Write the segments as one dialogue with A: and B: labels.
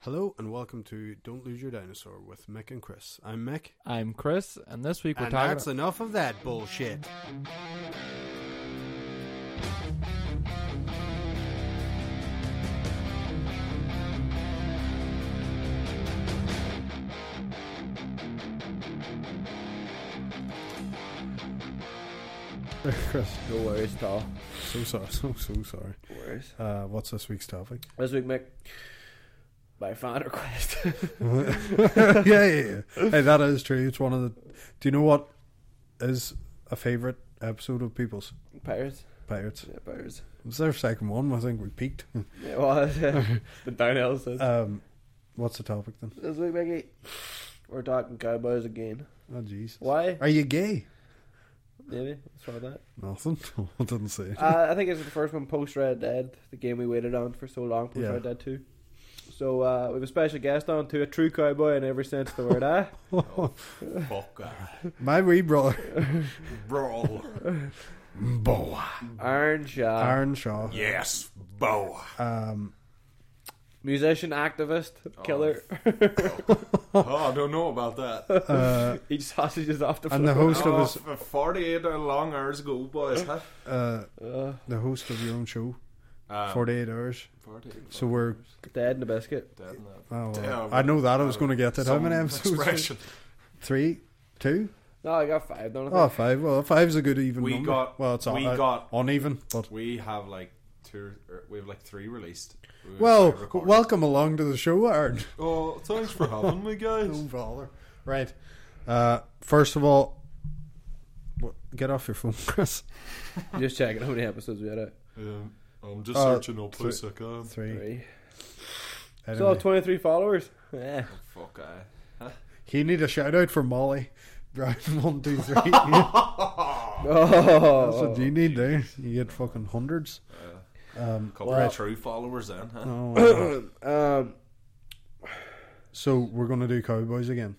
A: Hello and welcome to Don't Lose Your Dinosaur with Mick and Chris. I'm Mick.
B: I'm Chris, and this week we're
A: and
B: talking.
A: that's enough of that bullshit. Chris,
C: No worries, pal.
A: so sorry, so so sorry.
C: No worries.
A: Uh, what's this week's topic?
C: This week, Mick, my fan request.
A: yeah, yeah, yeah. Hey, that is true. It's one of the. Do you know what is a favorite episode of People's
C: Pirates.
A: Pirates?
C: Yeah, Pirates.
A: It was their second one. I think we peaked.
C: Yeah, well, the downhill says.
A: Um, what's the topic then?
C: this week, Mickey, we're talking cowboys again.
A: Oh, jeez.
C: Why?
A: Are you gay?
C: Maybe. What's wrong with that?
A: Nothing. I didn't say. it.
C: uh, I think it's the first one post Red Dead, the game we waited on for so long, post
A: Yeah.
C: Red Dead 2. So uh, we have a special guest on, to a true cowboy in every sense of the word, eh?
D: Fuck
A: My wee brother,
D: Bro.
A: Boa,
C: Iron
D: Uh,
C: Shaw.
A: Aaron Shaw,
D: Yes, boa.
A: um,
C: Musician, activist, killer.
D: Oh, I don't know about that.
A: uh,
C: Each sausage is off the
A: and the
C: floor.
A: host of
D: Oh,
A: his,
D: f- 48 hour long hours ago, boys. huh?
A: uh,
C: Uh,
A: the host of your own show,
D: Um,
A: Forty Eight Hours.
D: 48 hours.
A: So we're.
C: dead in a biscuit.
D: Dead in that.
A: Oh, well,
D: Damn. Uh,
A: I know that I was going to get that. How
D: Some
A: many episodes?
D: expression.
A: Three, two.
C: No, I got five, don't I? think?
A: Oh, five. Well, five's a good even.
D: We
A: number.
D: got-
A: Well, it's
D: we
A: uh,
D: got-
A: uneven, but
D: We have like two, or we have like three released. We have
A: well,
D: three recorded.
A: welcome along to the show, Aaron.
D: Oh, thanks for having me, guys.
A: Right. Uh, first of all, what, get off your phone, Chris.
C: Just checking how many episodes we had out.
D: Um, I'm just
A: Uh,
D: searching up
A: three-
D: who's a guy.
A: Three.
C: Three.
A: Anyway.
C: So twenty-three followers. Yeah.
D: Oh, fuck, I.
A: he need a shout out for Molly. Round one, two, three. That's
C: Oh.
A: what you need, there. You get fucking hundreds.
D: A couple
C: Well-
D: of true followers then, huh?
A: Oh,
C: um.
A: so we're gonna do cowboys again,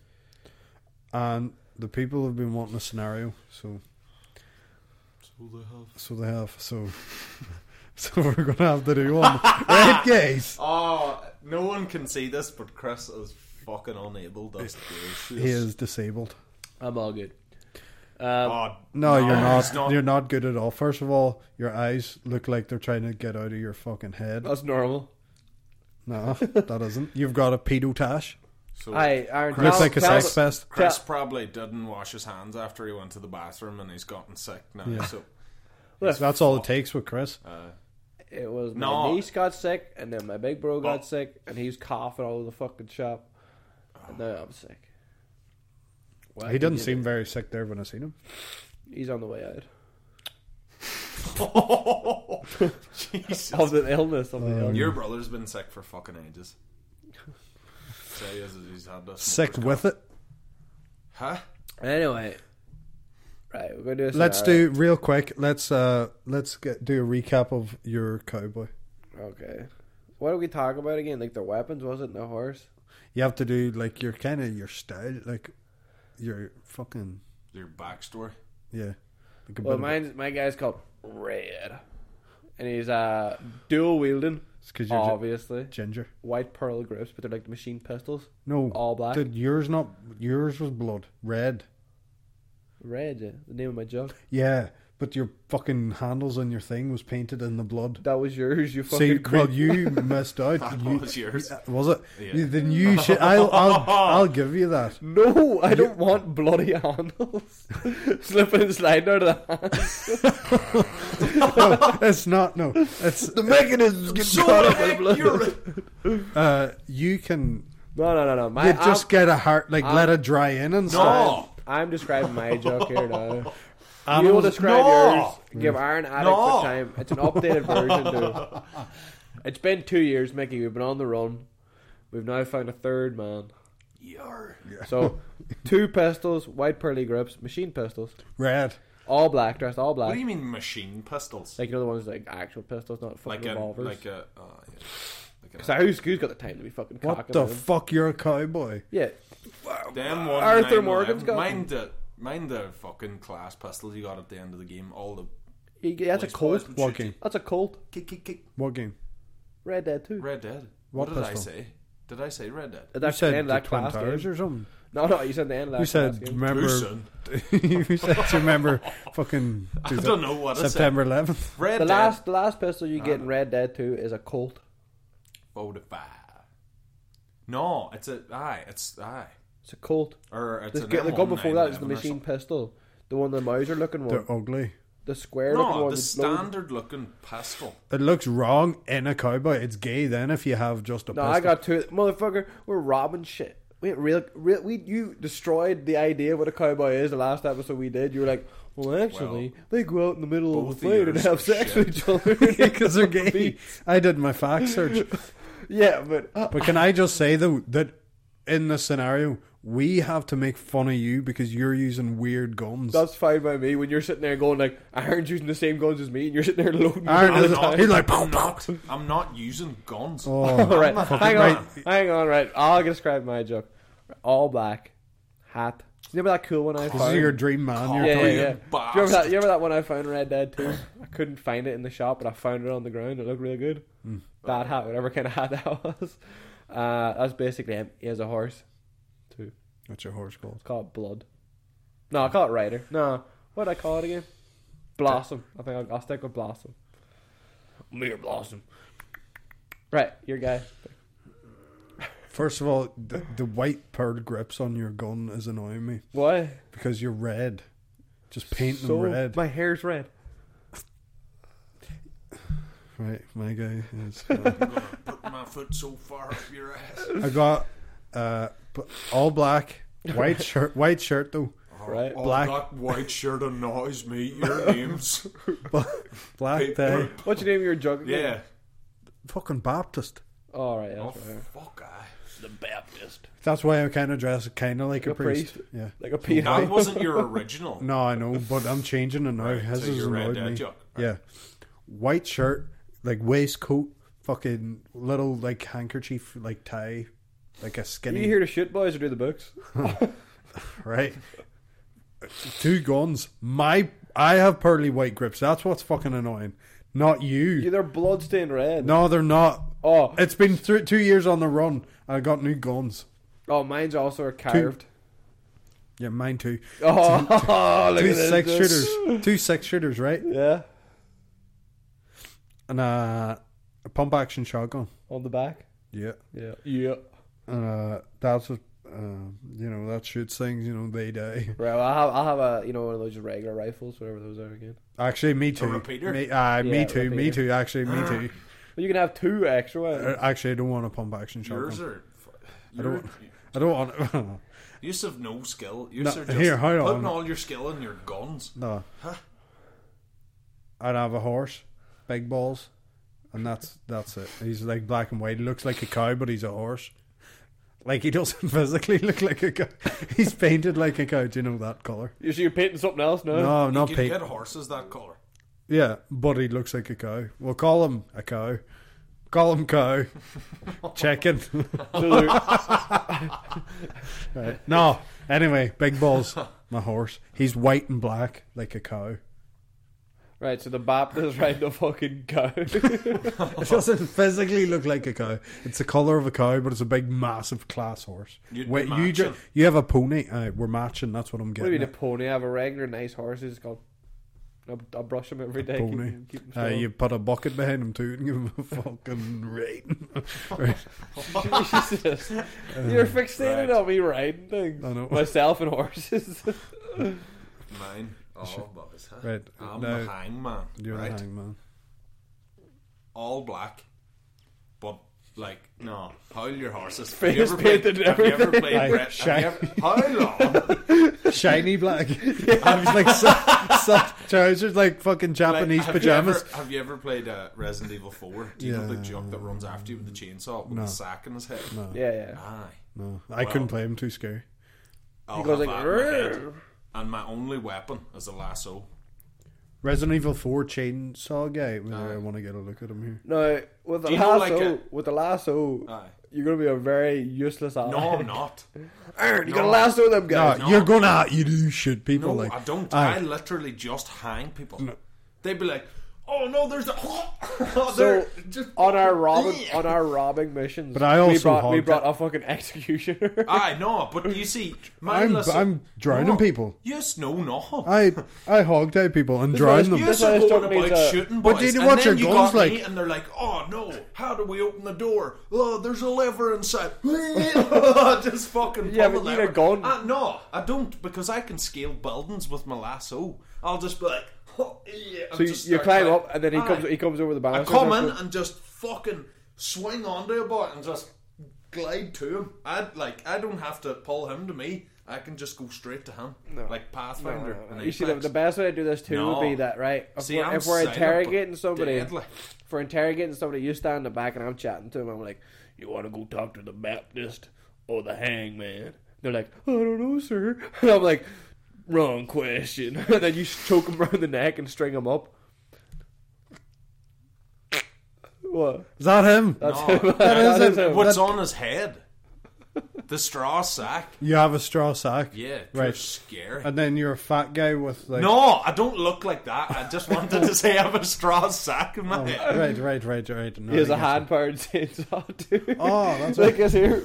A: and the people have been wanting a scenario, so
D: So they have.
A: so they have. So so we're gonna have to do one. right, guys.
D: Oh, no one can see this, but Chris is fucking unable to do
A: He is disabled.
C: I'm all good. Um,
D: Oh,
A: No, you're
D: it's
A: not, You're not good at all. First of all, your eyes look like they're trying to get out of your fucking head.
C: that's normal.
A: No, that isn't. You've got a pedo tash.
D: So
C: I Aaron.
A: Looks
C: tell-
A: like a
C: tell-
A: sex fest.
D: Chris
C: Yeah.
D: probably didn't wash his hands after he went to the bathroom, and he's gotten sick now.
A: Yeah.
D: So
C: Look,
A: That's all it takes with Chris.
D: uh,
C: It was my
D: No.
C: niece got sick, and then my big bro got
D: Oh.
C: sick, and he was coughing all over the fucking shop. And now I'm sick. Well,
A: He didn't seem very sick there when I seen him.
C: He's on the way out
D: Jesus,
C: of the illness. Of the
A: Um,
C: illness.
D: your brother's been sick for fucking ages. Say he is- he's had this
A: Sick with it.
D: huh?
C: Anyway, right, we're gonna do. A
A: Let's
C: scenario.
A: do real quick. Let's uh let's get do a recap of your cowboy.
C: Okay, what did we talk about again? Like the weapons, was it? The horse.
A: You have to do like your kind of your style, like your fucking
D: Your backstory.
A: yeah. Like a bit
C: Well,
A: of-
C: mine, my guy's called Red, and he's uh dual wielding,
A: it's 'cause you're gi-
C: obviously.
A: ginger.
C: White pearl grips, but they're like machine pistols.
A: No,
C: All black.
A: Dude, yours not yours was blood red.
C: Red, yeah, the name of my jug.
A: Yeah, but your fucking handles on your thing was painted in the blood.
C: That was yours. You fucking.
A: See, well,
C: creep.
A: you missed out.
D: That
A: You-
D: was yours.
A: was it?
D: Yeah.
A: You, then you should. I'll, I'll, I'll give you that.
C: no, I don't want bloody handles. Slipping and sliding out of the hand.
A: No, it's not. No, it's
C: The mechanism's getting caught up in blood.
D: You're a-
A: uh, you can.
C: No, no, no, no. My,
A: You just get a heart, like let it dry in and stuff.
D: no,
C: I'm, I'm describing my jug here now.
A: Animals-
C: you will describe
D: No.
C: yours. Give Aaron adequate
D: No.
C: time. It's an updated version, dude. It's been two years, Mickey. We've been on the run. We've now found a third man.
D: you're
C: So, two pistols, white pearly grips, machine pistols,
A: Red.
C: all black, dressed all
D: What
C: black.
D: do you mean machine pistols?
C: Like you know the ones like actual pistols, not fucking
D: Like a
C: revolvers.
D: like a. Oh, yeah. Like
C: so who's, who's got the time to be fucking
A: What
C: cocking
A: the
C: them?
A: fuck? You're a cowboy.
C: yeah,
D: Damn one
C: Arthur
D: 911.
C: Morgan's got
D: mind the mind the fucking class pistols you got at the end of the game. All the
C: He- that's a
D: police
C: Colt.
D: boys would shoot
A: What game?
D: you.
C: That's a Colt.
D: Kick kick kick.
A: What game?
C: Red Dead Two.
D: Red Dead.
A: What
D: What, did I
A: pistol?
D: say? Did I say Red Dead?
C: At
A: You
C: that
A: said
C: the end of
A: the
C: that
A: Twin
C: class
A: Towers
C: game.
A: or something.
C: No, no, you said the end of that
A: You
C: class
A: said
C: game.
A: remember.
D: Goosen.
A: you said you remember fucking
D: I don't know what I said.
A: September 11th.
D: Red
C: The
D: Dead.
C: last, the last pistol you get
D: Ah.
C: in Red Dead 2 is a Colt.
D: Forty-five. No, it's a aye. It's aye.
C: It's a Colt.
D: Or it's
C: This
D: an
C: g- the gun before that is the
D: M1911 or
C: machine
D: something.
C: pistol. The one the Mauser looking one.
A: They're ugly.
C: The square looking
D: No,
C: one.
D: the
C: that's loaded.
D: standard looking pistol.
A: It looks wrong in a cowboy. It's gay then if you have just a
C: No,
A: pistol.
C: I got two. Motherfucker, we're robbing shit. We ain't real, real. We you destroyed the idea of what a cowboy is. The last episode we did, you were like, "Well, actually, they go out in the middle of
D: both
C: the fight
D: of
C: and
D: yours
C: have
D: are
C: sex
D: shit."
C: with each other."
A: because they're gay. I did my fact search.
C: yeah, but
A: But can I just say though that in this scenario we have to make fun of you because you're using weird guns.
C: that's fine by me. When you're sitting there going like, "Aaron's using the same guns as me," and you're sitting there loading.
A: Aaron
C: them all
A: is-
C: the time.
A: he's like,
D: I'm not. I'm not using guns.
A: Oh,
C: All right,
D: fucking
C: hang on,
A: right.
C: hang on. Right, I'll describe my joke. All black hat. You remember that cool one I
A: this
C: found?
A: is your dream man. You're
C: yeah, yeah,
A: talking
C: yeah.
D: Italian
C: Do you, remember that,
D: bastard.
C: you remember that one I found in Red Dead 2? I couldn't find it in the shop, but I found it on the ground. It looked really good. Bad hat, whatever kind of hat that was. Uh, that's basically him. He has a horse. Too.
A: What's your horse called?
C: Call it Blood. No, I call it Rider. No, what did I call it again? Blossom. I think I'll, I'll stick with Blossom. Mere Blossom. Right, your guy.
A: First of all, the, the white pearl grips on your gun is annoying me
C: Why?
A: because you're red. Just painting
C: So-
A: them red.
C: My hair's red.
A: right, my guy is. uh,
D: I'm gonna put my foot so far up your ass.
A: I got uh, b- all black, white shirt, white shirt though,
C: Right.
D: Oh,
A: Black-
D: That white shirt annoys me. Your name's
A: black tie,
C: What's your name of your junk? again?
D: yeah.
A: fucking Baptist.
C: All right.
D: Oh
C: That's right.
D: fuck! I the Baptist.
A: That's why I'm kind of dressed kind of like a,
C: a
A: priest.
C: priest.
A: Yeah.
C: Like a peanut.
D: That wasn't your original.
A: No, I know, but I'm changing it now.
D: Right,
A: His
D: so
A: has
D: you're red
A: annoyed
D: dad
A: me.
D: joke.
A: Yeah, white shirt, like waistcoat, fucking little like handkerchief, like tie, like a
C: Are
A: skinny.
C: you here to shoot boys or do the books?
A: right? Two guns. My, I have pearly white grips. That's what's fucking annoying. Not
C: Yeah,
A: you.
C: they're bloodstained red.
A: No, they're not.
C: Oh,
A: It's been thr two years on the run. I got new guns.
C: oh, mine's also are carved.
A: Yeah, mine too.
C: Oh, look
A: Two
C: at this.
A: six shooters. Two six shooters, right?
C: Yeah,
A: And uh, a pump action shotgun.
C: on the back.
A: Yeah.
C: Yeah, yeah.
A: uh, that's what uh, you know. That shoots things. You know, they die.
C: Right, well, I'll have, I'll have a you know one of those just regular rifles, whatever those are again.
A: Actually, me too.
D: repeater?
A: Me, uh,
C: Yeah,
A: me too. Me
C: repeater.
A: too. Actually, me too.
C: But you can have two extra.
A: Uh,
C: ones.
A: Actually, I don't want a pump action
D: Yours
A: shotgun.
D: are.
A: I
D: You're,
A: don't. I don't want.
D: you just have no skill. You
A: No,
D: are just
A: here, hold
D: putting
A: on.
D: all your skill in your guns.
A: no. I'd have a horse, big balls, and that's that's it. He's like black and white. He looks like a cow, but he's a horse. Like he doesn't physically look like a cow. He's painted like a cow. Do you know that color?
C: You so you're painting something else now?
A: No, not
D: Uh, you can
A: paint.
D: get horses that color.
A: Yeah, but he looks like a cow. We'll call him a cow. Call him cow. Chicken.
C: So they're-
A: Right. No. Anyway, Big Balls, my horse. He's white and black like a cow.
C: right, so the Baptist riding the fucking cow.
A: It doesn't physically look like a cow. It's the color of a cow, but it's a big, massive class horse.
D: You'd be
A: you ju-
D: matching.
A: you have a pony. Uh, we're matching. That's what I'm
C: What do you
A: getting.
C: mean
A: at.
C: a pony? I have a regular nice horse. It's called. I'll, I'll brush him every day.
A: pony.
C: Keep, keep him
A: Uh,
C: strong.
A: you put a bucket behind him too and give him a fucking rain. right.
C: Jesus. You're fixated
D: right.
C: on me riding things.
A: Uh, I know.
C: Myself and horses.
D: Mine. Oh, boys. Huh?
A: Right.
D: I'm
A: Now-
D: the hangman.
A: You're
D: right.
A: the hangman.
D: all black, but like no, howl your horses.
C: Face
D: Have you ever played-
C: painted and
D: have you ever
C: everything.
D: played
A: Aye,
D: Red?
A: shag.
D: Have you ever, howl on.
A: shiny black. I was like soft, soft trousers, like fucking Japanese
D: Like, have
A: pajamas.
D: You ever, have you ever played uh, Resident Evil Four? Do you know the
A: Yeah.
D: joke that runs after you with the chainsaw with
A: No.
D: the sack in his head?
A: No.
C: yeah, yeah.
D: Aye.
A: No, I couldn't play him. Too scary.
D: I'll
C: He goes
D: have
C: like,
D: that in my head.
C: "Rrrr."
D: and my only weapon is a lasso.
A: Resident Evil Four chainsaw guy. Whether
D: Uh.
A: I want to get a look at him here.
C: No, with the
D: Do you know,
C: lasso,
D: like, a-
C: with the lasso,
D: Aye.
C: you're gonna be a very useless ally.
D: No, I'm not.
C: Aaron, you
D: no.
C: gotta lasso them
A: No,
C: guys.
D: no.
A: Uh, you're gonna you do shoot people
D: No,
A: like
D: I don't. I,
A: Aye.
D: literally just hang people. They'd be like, Oh no, there's a. Oh,
C: So,
D: there- just
C: on our robbing on our robbing missions.
A: But I also
C: we brought, we
A: hogged
C: brought a fucking executioner.
D: I know, but you see, my
A: I'm
D: listen-
A: I'm drowning
D: No,
A: people.
D: Yes, no, no.
A: I I hog out people and
C: is-
A: drown them.
D: You
C: That's
D: used to
C: why this
D: go
C: dog
D: on
C: needs
D: about
C: a-
D: shooting
A: But
D: boys,
A: did you
D: and
A: watch
D: then
A: your
D: you
A: guns,
D: got me,
A: like-
D: and they're like, "Oh no, how do we open the door? Oh, there's a lever inside." Just fucking
C: Yeah,
D: pull
C: but
D: the
C: you need a
D: lever.
C: gun.
D: Uh, no, I don't because I can scale buildings with my lasso. I'll just be like, oh, yeah, and
C: so you,
D: just
C: you
D: start
C: climb
D: climbing.
C: up, and then he
D: Aye.
C: comes he comes over the
D: I
C: balance.
D: come in and just fucking swing onto a boy and just glide to him. I like I don't have to pull him to me. I can just go straight to him, like Pathfinder. and
C: Uh, You see, the,
D: Apex.
C: the best way to do this too
D: No.
C: would be that right. If
D: See,
C: we're,
D: I'm
C: if we're
D: silent,
C: interrogating
D: but
C: somebody,
D: deadly.
C: if we're interrogating somebody, you stand in the back, and I'm chatting to him. I'm like, "You want to go talk to the Baptist or the hangman?" They're like, "I don't know, sir." And I'm like, "Wrong question." and then you choke him around the neck and string him up. What?
A: Is that him?
D: No,
A: That is
C: him.
A: him.
D: What's
A: That-
D: on his head? The straw sack.
A: You have a straw sack.
D: Yeah, right.
A: Right.
D: scary.
A: And then you're a fat guy with like
D: no, I don't look like that. I just wanted to say I have a straw sack in my head.
A: Oh, Right, right, right, right. No,
C: He has
A: I
C: a
A: guess-
C: hand powered chainsaw too.
A: Oh, that's
C: like his here.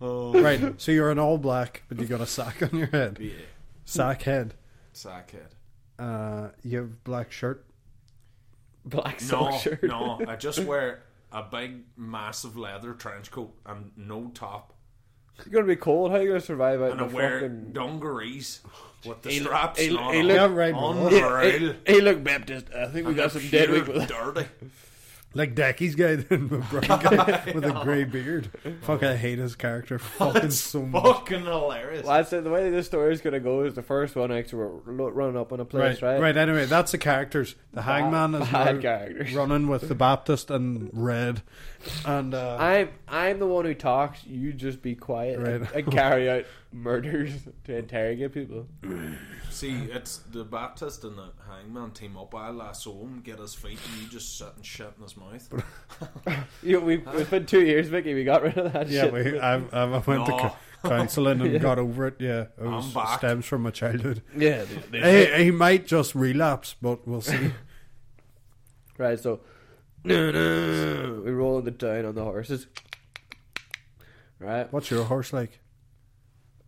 A: right. So you're an all black, but you got a sack on your head.
D: Yeah,
A: Sack head.
D: sack head.
A: Uh, you have black shirt.
C: Black sock
D: No,
C: shirt.
D: no, I just wear a big, massive leather trench coat and no top,
C: It's gonna be cold. How are you gonna survive out
D: and I
C: in the
D: wear
C: fucking?
D: dungarees with the
C: He look-
D: straps
C: he-
D: on.
C: he
D: them.
C: look-
A: Yeah, right,
D: on
A: well,
D: the
C: Yeah,
D: rail.
C: hey, hey, look, Baptist. I think we got some dead
D: Pure
C: people.
D: dirty.
A: Like Decky's guy then with brown guy with a grey beard. Fuck I hate his character fucking so much.
D: Fucking hilarious.
C: Well, I said the way this story is gonna go is the first one actually we're lo- running up on a place,
A: Right,
C: right?
A: right, Anyway, that's the characters. The Hangman is
C: bad
A: now
C: characters.
A: running with the Baptist and Red, and uh,
C: I'm I'm the one who talks. You just be quiet and,
A: Right.
C: and carry out murders to interrogate people.
D: See, it's the Baptist and the Hangman team up. I lasso him, get his feet, and you just sit and shit in his mouth.
C: You know, we it's been two years, Mickey. We got rid of that.
A: yeah,
C: shit.
A: we, I, I went to
D: No.
A: co- counselling and got over it. Yeah, it was,
D: back.
A: stems from my childhood.
C: yeah. dude.
A: He, he might just relapse, but we'll see.
C: Right, so no, no. we roll on the down on the horses. Right,
A: What's your horse like?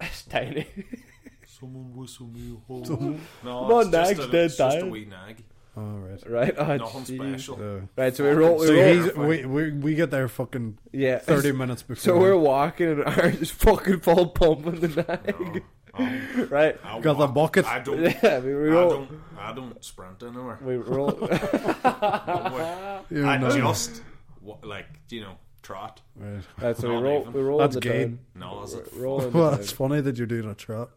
C: it's tiny.
D: Someone whistle me oh. a home. No,
C: Come
D: it's
C: on,
D: just,
C: Nags,
D: a, it's
C: dead
D: just a
C: time.
D: wee nag.
A: All right.
C: right, oh,
D: Nothing
C: gee.
D: special.
A: Uh,
C: Right, so we roll. We
A: so
C: roll
A: he's, we, we we get there fucking
C: yeah,
A: thirty minutes before.
C: So we're walking and Aaron just fucking full pumping the
D: No,
C: nag.
D: um,
C: right?
D: I
A: Got the
D: walk.
A: bucket.
D: I don't.
C: Yeah, we
D: I
C: roll.
D: don't. I don't sprint anywhere.
C: We roll.
D: Nowhere.
A: You
D: I
A: know.
D: just wa- like you know trot.
A: Right.
C: Right, so we
D: Not
C: roll.
D: even.
C: We roll
A: That's
C: the
A: gay.
C: down.
D: No, is it?
C: Roll on the
A: Well, uh, Ah, it's
C: down.
A: funny that you're doing a trot.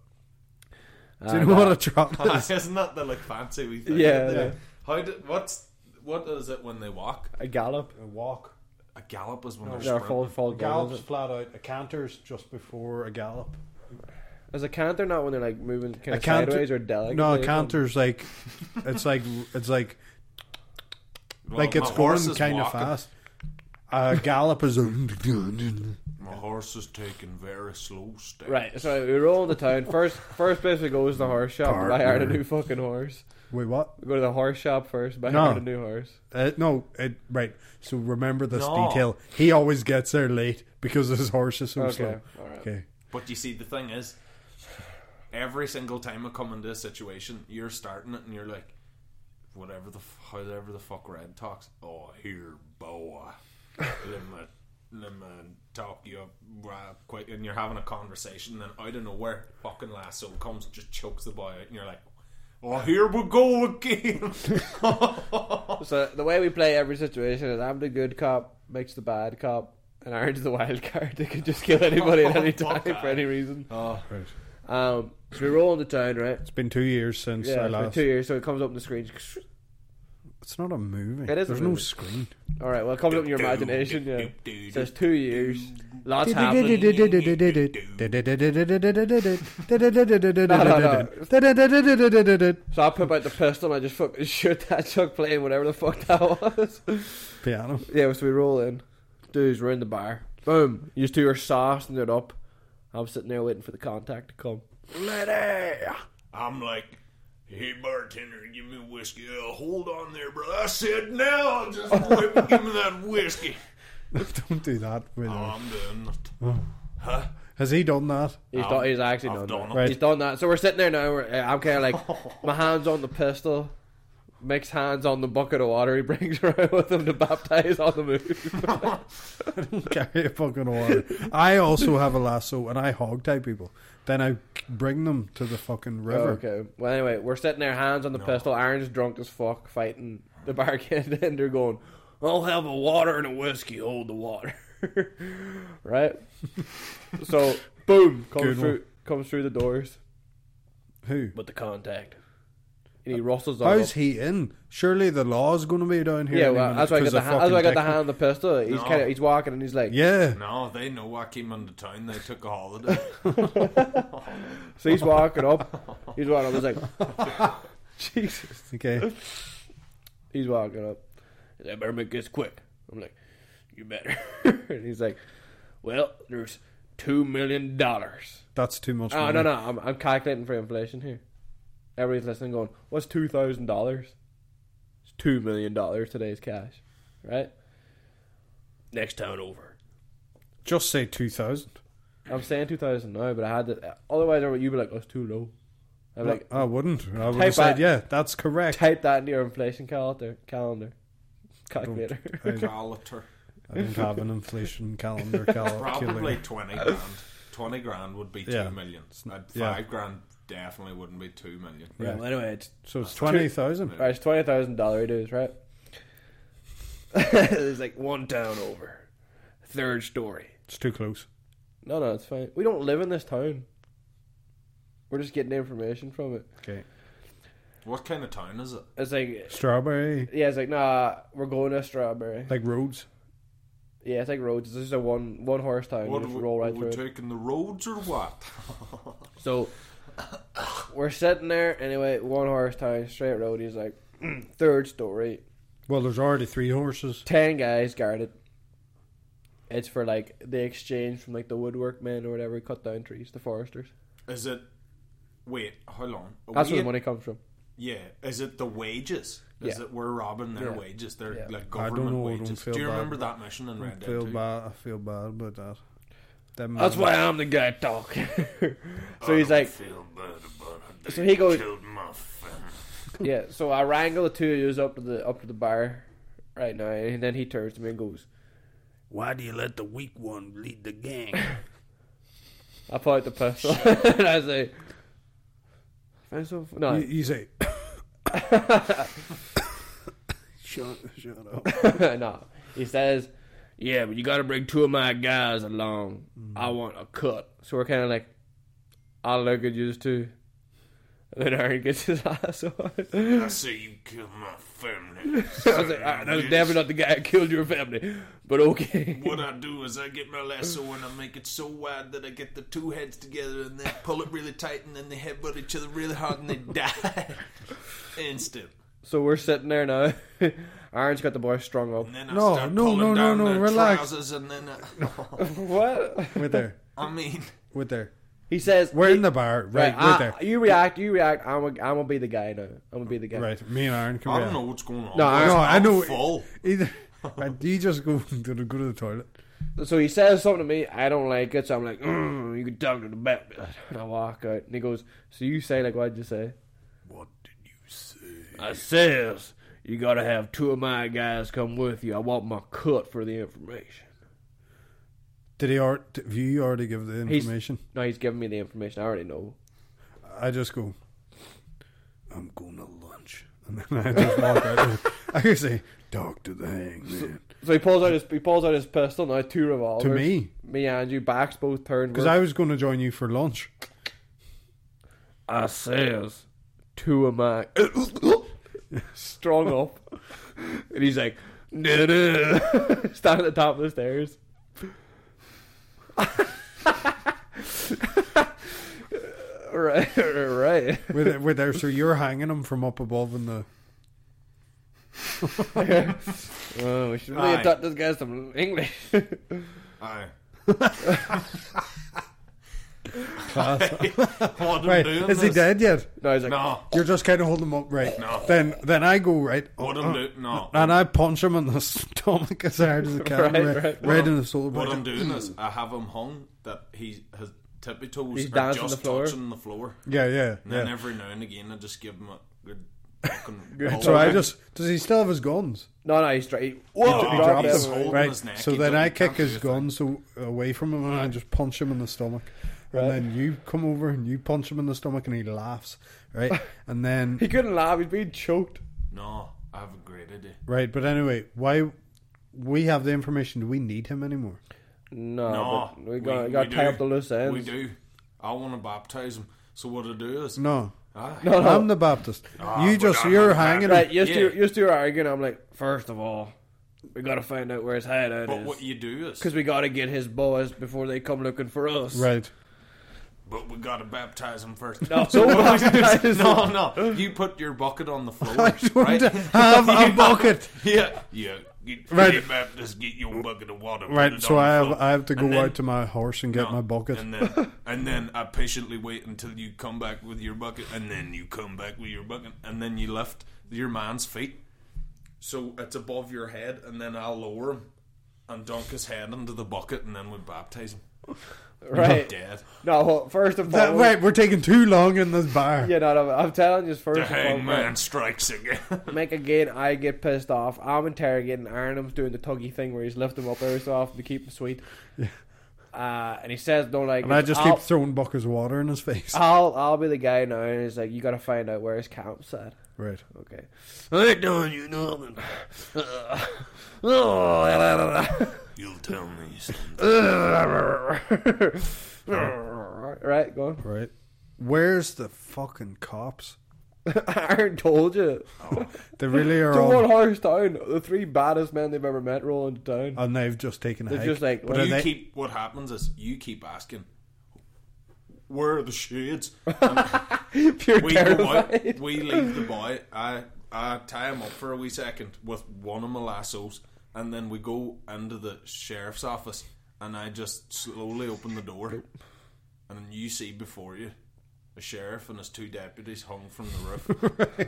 A: Do you
C: And,
A: know
C: uh,
A: what a trot is?
D: Isn't that the like fancy we think?
C: Yeah,
D: They-
C: yeah.
D: How did what's what is it when they walk?
C: A gallop.
A: A walk.
D: A gallop is when they're
C: They're full,
D: sprinting.
C: full gallop.
A: Gallop's flat out. A canter's just before a gallop.
C: Is a canter not when they're like moving kind
A: A
C: of
A: canter-
C: sideways or delicate?
A: no, a canter's like, it's like it's like
D: Well,
A: like it's
D: my horse
A: going
D: is
A: kind of
D: walking.
A: fast. A gallop is a
D: My horse is taking very slow steps.
C: Right, so we roll in the town. First, first place we go is the horse shop. and Buy Aaron a
A: Partner.
C: new fucking horse.
A: wait what?
C: We go to the horse shop first. Buy
A: No.
C: Aaron a new horse.
A: Uh, no, it, right. So remember this
D: No.
A: detail. He always gets there late because his horse is so
C: Okay,
A: slow.
C: all right.
A: Okay.
D: But you see, the thing is, every single time I come into a situation, you're starting it, and you're like, whatever the f- however the fuck Red talks. Oh, here, boy, let me let me talk you up right quick, and you're having a conversation, and out of nowhere, fucking lasso comes and just chokes the boy out, and you're like. Oh, here we go again.
C: So the way we play every situation is I'm the good cop, makes the bad cop, and Aaron's the wild card that can just kill anybody at any time
D: Fuck
C: for any reason.
D: oh,
A: Right.
C: Um, so we roll on the town, right?
A: It's been two years since
C: Yeah,
A: I
C: it's been
A: last.
C: two years, so it comes up on the screen.
A: It's not a movie.
C: It is a
A: There's no
C: movie.
A: screen.
C: All right, well, it comes up in your imagination. Yeah, it says two years, lots happened.
A: Piano.
C: So I put out the pistol and I just fucking shoot that chuck playing whatever the fuck that was. yeah, so we roll in. Dudes, we're in the bar. Boom. You two are sauced and they're up. I'm sitting there waiting for the contact to come.
D: I'm like, Hey bartender, give me whiskey. Oh, hold on there, bro. I said now, just whip, give me that whiskey.
A: Don't do that. With
D: Oh,
A: her.
D: I'm doing it. Huh?
A: Has he done that?
C: He's,
D: I've-
C: done, he's actually
D: Um, I've
C: done,
D: done
C: that.
D: it. Right.
C: He's done that. So we're sitting there now. We're, uh, I'm kind of like, my hand's on the pistol. Mick's hands on the bucket of water he brings around with him to baptize on the move.
A: Carry a fucking water. I also have a lasso and I hog tie people. Then I bring them to the fucking river.
C: Oh, okay. Well, anyway, we're sitting there, hands on the pistol. Aaron's drunk as fuck, fighting the bartender, going, "I'll have a water and a whiskey. Hold the water." right. so, boom, comes
A: Good one.
C: through, comes through the doors
A: Who?
C: with the contact, and he rustles. up.
A: How's he in? Surely the law's going to be down here.
C: Yeah,
A: any
C: well,
A: minute
C: that's why I got
A: 'cause
C: the
A: of
C: hand, that's why I got
A: fucking
C: the hand on the pistol. He's
D: No.
C: kind of he's walking and he's like,
A: techni- Yeah.
D: No, they know I came into town. They took a holiday.
C: so he's walking up. He's walking up. He's like, Jesus.
A: Okay.
C: He's walking up. He's like, better make this quick. I'm like, you better. and he's like, well, there's two million dollars.
A: That's too much.
C: Oh
A: money.
C: no no, I'm I'm calculating for inflation here. Everybody's listening, going, what's two thousand dollars? It's two million dollars today's cash, right? Next town over.
A: Just say 2,000.
C: I'm saying 2000 now, but I had to. Otherwise, I would- you'd be like, "That's too low." I'm like,
A: I wouldn't. I would
C: Type
A: have said,
C: that-
A: yeah, that's correct.
C: type that into your inflation calendar, calendar, calculator.
A: I,
D: Calendar.
A: I don't have an inflation calendar
D: Probably
A: calculator.
D: twenty grand. Twenty grand would be two
A: Yeah.
D: million. I'd- Five
A: Yeah.
D: grand definitely wouldn't be two million.
A: Yeah.
C: Well, anyway, it's
A: So it's 20,000.
C: right, it's twenty thousand dollar it is, right? it's like one town over, third story.
A: It's too close.
C: No, no, it's fine. We don't live in this town. We're just getting information from it.
A: Okay.
D: What kind of town is it?
C: It's like,
A: Strawberry,
C: yeah, it's like, nah, we're going to Strawberry.
A: like roads.
C: Yeah, it's like roads. This is a one one horse town. You
D: What
C: just
D: we-
C: roll right
D: we
C: through. it.
D: taking the roads or what?
C: So we're sitting there anyway, one horse town, straight road. He's like, third story,
A: Well, there's already three horses.
C: ten guys guarded. It's for like the exchange from like the woodwork men or whatever, cut down trees, the foresters.
D: Is it? Wait, how long? Are
C: That's where
D: we
C: the
D: in-
C: money comes
E: Mm-hmm.
C: from.
D: Yeah, is it the wages? Is
C: Yeah.
D: it we're robbing their
C: Yeah.
D: wages? Their
C: Yeah.
D: like
A: I don't
D: government
A: know, I don't
D: wages.
A: feel
D: Do you
A: bad.
D: remember that mission in
A: I
D: Red Dead?
A: feel
D: 2?
A: bad. I feel bad about that. Them
C: That's
A: men-
C: why I'm the guy talking. so
D: I
C: he's
D: don't
C: like,
D: feel bad about it. They
C: So he goes-
D: killed my family.
C: yeah. So I wrangle the two of yous up to the up to the bar, right now, and then he turns to me and goes,
E: Why do you let the weak one lead the gang?
C: "I pull out the pistol," and I say, "Find some f- no."
A: You, you say. shut, shut up.
C: no. He says, Yeah, but you gotta bring two of my guys along.
A: Mm-hmm.
C: I want a cut. So we're kinda like, I'll look at you two. And then Aaron gets his ass on.
D: I say you killed my family.
C: I was like, "Ah, that's definitely not the guy that killed your family. But okay.
D: What I do is I get my lasso and I make it so wide that I get the two heads together and then pull it really tight and then they headbutt each other really hard and they die. Instant.
C: So we're sitting there now. Aaron's got the boy strung up.
D: And then I
A: No,
D: start
A: no,
D: pulling
A: no, no,
D: down
A: no,
D: their
A: relax.
D: trousers and then I,
C: What?
A: With there.
D: I mean,
A: With there.
C: He says
A: We're
C: he-
A: in the bar. Right,
C: Right,
A: with
C: I-
A: there.
C: You react, you react, I'm gonna I'm gonna be the guy now. I'm gonna be the guy.
A: Right, me and Aaron can
D: I
A: be
D: don't
A: out.
D: know what's going on.
C: No, I-
A: No, I
D: I'm
A: know.
D: Full.
A: Either right, you just go to the, go to the toilet.
C: So he says something to me. I don't like it. So I'm like, "Mm, you can talk to the Baptist. And I walk out. And he goes, so you say, like, what'd you say?
E: What did you say?
C: I says, you got to have two of my guys come with you. I want my cut for the information.
A: Did he or did you already give the
C: He's-
A: information?
C: No, he's giving me the information. I already know.
A: I just go
E: I'm going to lunch.
A: and then I just walk out. I can say
E: Talk to the hangman.
C: So he pulls out his he pulls out his pistol. Now two
A: to
C: revolvers.
A: me
C: me and you backs both turned.
A: because I was going to join you for lunch.
C: I says, two of my strung up, and he's like, no, no, standing at the top of the stairs. right, right.
A: With with there, so you're hanging him from up above in the.
C: Oh, we should really
D: Aye.
C: have taught this guy some English.
D: Aye.
A: class.
D: What I'm
A: right,
D: doing
A: is he
D: this-
A: dead yet?
C: No, he's like,
D: No.
A: You're just kind of holding him up, right?
D: No.
A: Then, then I go right.
D: What I'm doing? No.
A: And I punch him in the stomach as hard as I can,
C: Right,
A: right,
C: right.
A: right,
D: What
A: in
D: I'm-
A: the solar
D: What
A: plexus.
D: I'm doing is I have him hung that he his tippy toes
C: He's
D: are
C: dancing
D: just
C: the floor.
D: touching the floor.
A: Yeah, yeah,
D: And then
A: yeah.
D: every now and again I just give him a good fucking good
A: So I just does he still have his guns?
C: no, no, he's straight.
D: Whoa,
A: he
D: dropped
A: drops
D: his
A: them.
D: holding
A: Right.
D: his neck,
A: So
D: he
A: then
D: don't-
A: I
D: he
A: kick
D: can't do
A: his
D: a
A: gun so away from him, and I just punch him in the stomach. And then you come over and you punch him in the stomach, and he laughs, right? And then
C: He couldn't laugh. He's being choked.
D: No, I have a great idea.
A: right, but anyway, why we have the information? Do we need him anymore?
C: No,
D: No,
C: Ah, but we got got to tie
D: do.
C: up the loose ends.
D: We do. I want to baptize him. So what I do is ah,
A: No,
D: Aye.
C: No, no.
A: I'm the Baptist.
D: Ah,
A: you
D: but
A: just
D: I'm
A: you're
D: not
A: hanging.
D: Baptist.
C: Right, yes,
D: Yeah.
C: you're, yes, you're arguing. I'm like, first of all, we gotta find out where his hideout
D: But
C: is
D: what you do is,
C: because we gotta get his boys before they come looking for us.
A: Right.
D: but we gotta baptize him first.
C: No,
D: So what we do
C: baptize
D: is- no, no. You put your bucket on the floor,
A: I don't
D: right?
A: have a bucket.
D: Yeah, yeah. Get,
A: Right.
D: get Baptist, get your bucket of water. put
A: Right,
D: it
A: so
D: on
A: I
D: the
A: have
D: floor.
A: I have to go
D: And then-
A: out to my horse and get
D: No,
A: my bucket.
D: and then and then I patiently wait until you come back with your bucket, and then you come back with your bucket, and then you lift your man's feet, so it's above your head, and then I'll lower him and dunk his head into the bucket, and then we baptize him.
C: right.
D: Dead.
C: No, well, first of
A: That-
C: all,
A: right, we're taking too long in this bar.
C: Yeah, no, no, I'm telling you, first
D: The
C: of all,
D: hangman strikes again.
C: Make again, I get pissed off. I'm interrogating Arnhem's doing the tuggy thing where he's lifting him up every so often to keep him sweet. Uh, and he says, "Don't like."
A: And I
C: it.
A: just
C: I'll,
A: keep throwing buckets of water in his face.
C: I'll I'll be the guy now, and he's like, "You gotta find out where his camp's at."
A: right.
C: Okay.
E: I don't you know.
C: Oh,
D: You'll tell me. something.
C: right, go on.
A: Right. Where's the fucking cops?
C: Aaron told you.
A: They really are
C: To one
A: on,
C: horse town, the three baddest men they've ever met rolling into town.
A: and they've just taken a
C: They're
A: hike.
C: just like,
A: but
C: "Well,
A: are
D: You
A: they,
D: keep what happens is you keep asking. Where are the shades? And-
C: Pure
D: we go out,
C: terrified.
D: we leave the boy. I I tie him up for a wee second with one of my lassos, and then we go into the sheriff's office, and I just slowly open the door, and you see before you a sheriff and his two deputies hung from the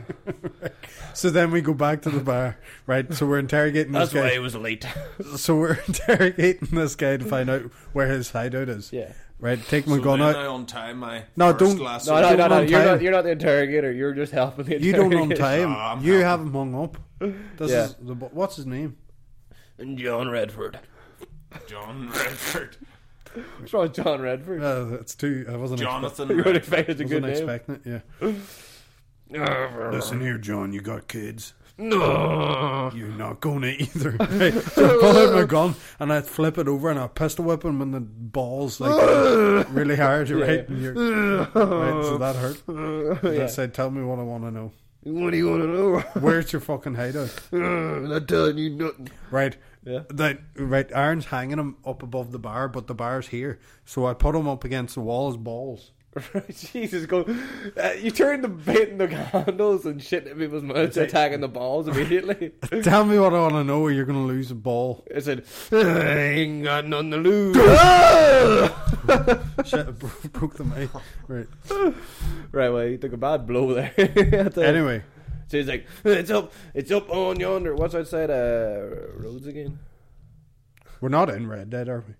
D: roof.
A: so then we go back to the bar. Right. So we're interrogating this
C: That's why he
A: guy.
C: was late.
A: So we're interrogating this guy to find out where his hideout is.
C: yeah.
A: Right. Take my
D: so
A: gun
D: then
A: out.
D: I untie my
A: No,
D: 1st
A: don't-
D: lasso.
C: No, no, no, no.
A: Don't
C: You're
A: untie
C: not,
A: him.
C: you're not the interrogator. You're just helping the
A: you don't
C: interrogator.
A: untie him.
D: No, I'm
A: you
D: helping.
A: have him hung up. This
C: Yeah.
A: is the, bu- what's his name?
C: And John Redford.
D: John Redford,
C: What's wrong with John Redford?
A: Uh, it's too. I wasn't.
D: Jonathan.
C: You would
D: Redford.
C: expect it's a
A: Expect,
C: good
A: wasn't
C: name.
A: expecting it. Yeah.
E: Listen here, John. You got kids.
C: No.
A: You're not gonna either. Right. So I pull out my gun and I flip it over and I pistol whip him in the balls like really hard, right? And you're, right? So that hurt. And I said, "Tell me what I want to know.
E: What do you want to know?
A: Where's your fucking hideout?"
E: I'm not telling you nothing.
A: Right.
C: Yeah.
A: That right. Aaron's hanging him up above the bar, but the bar's here, so I put him up against the wall as balls.
C: Jesus, go! Uh, you turned the bait in the handles and shit in people's mouths, attacking the balls immediately.
A: Tell me what I want to know, or you're gonna lose a ball.
C: I said,
E: I ain't got nothing to lose.
A: Shit, I bro- broke the mic. Right.
C: right, well, you took a bad blow there. That's it.
A: Anyway,
C: so he's like, it's up, it's up on yonder. What's outside uh, roads again?
A: we're not in Red Dead, are we?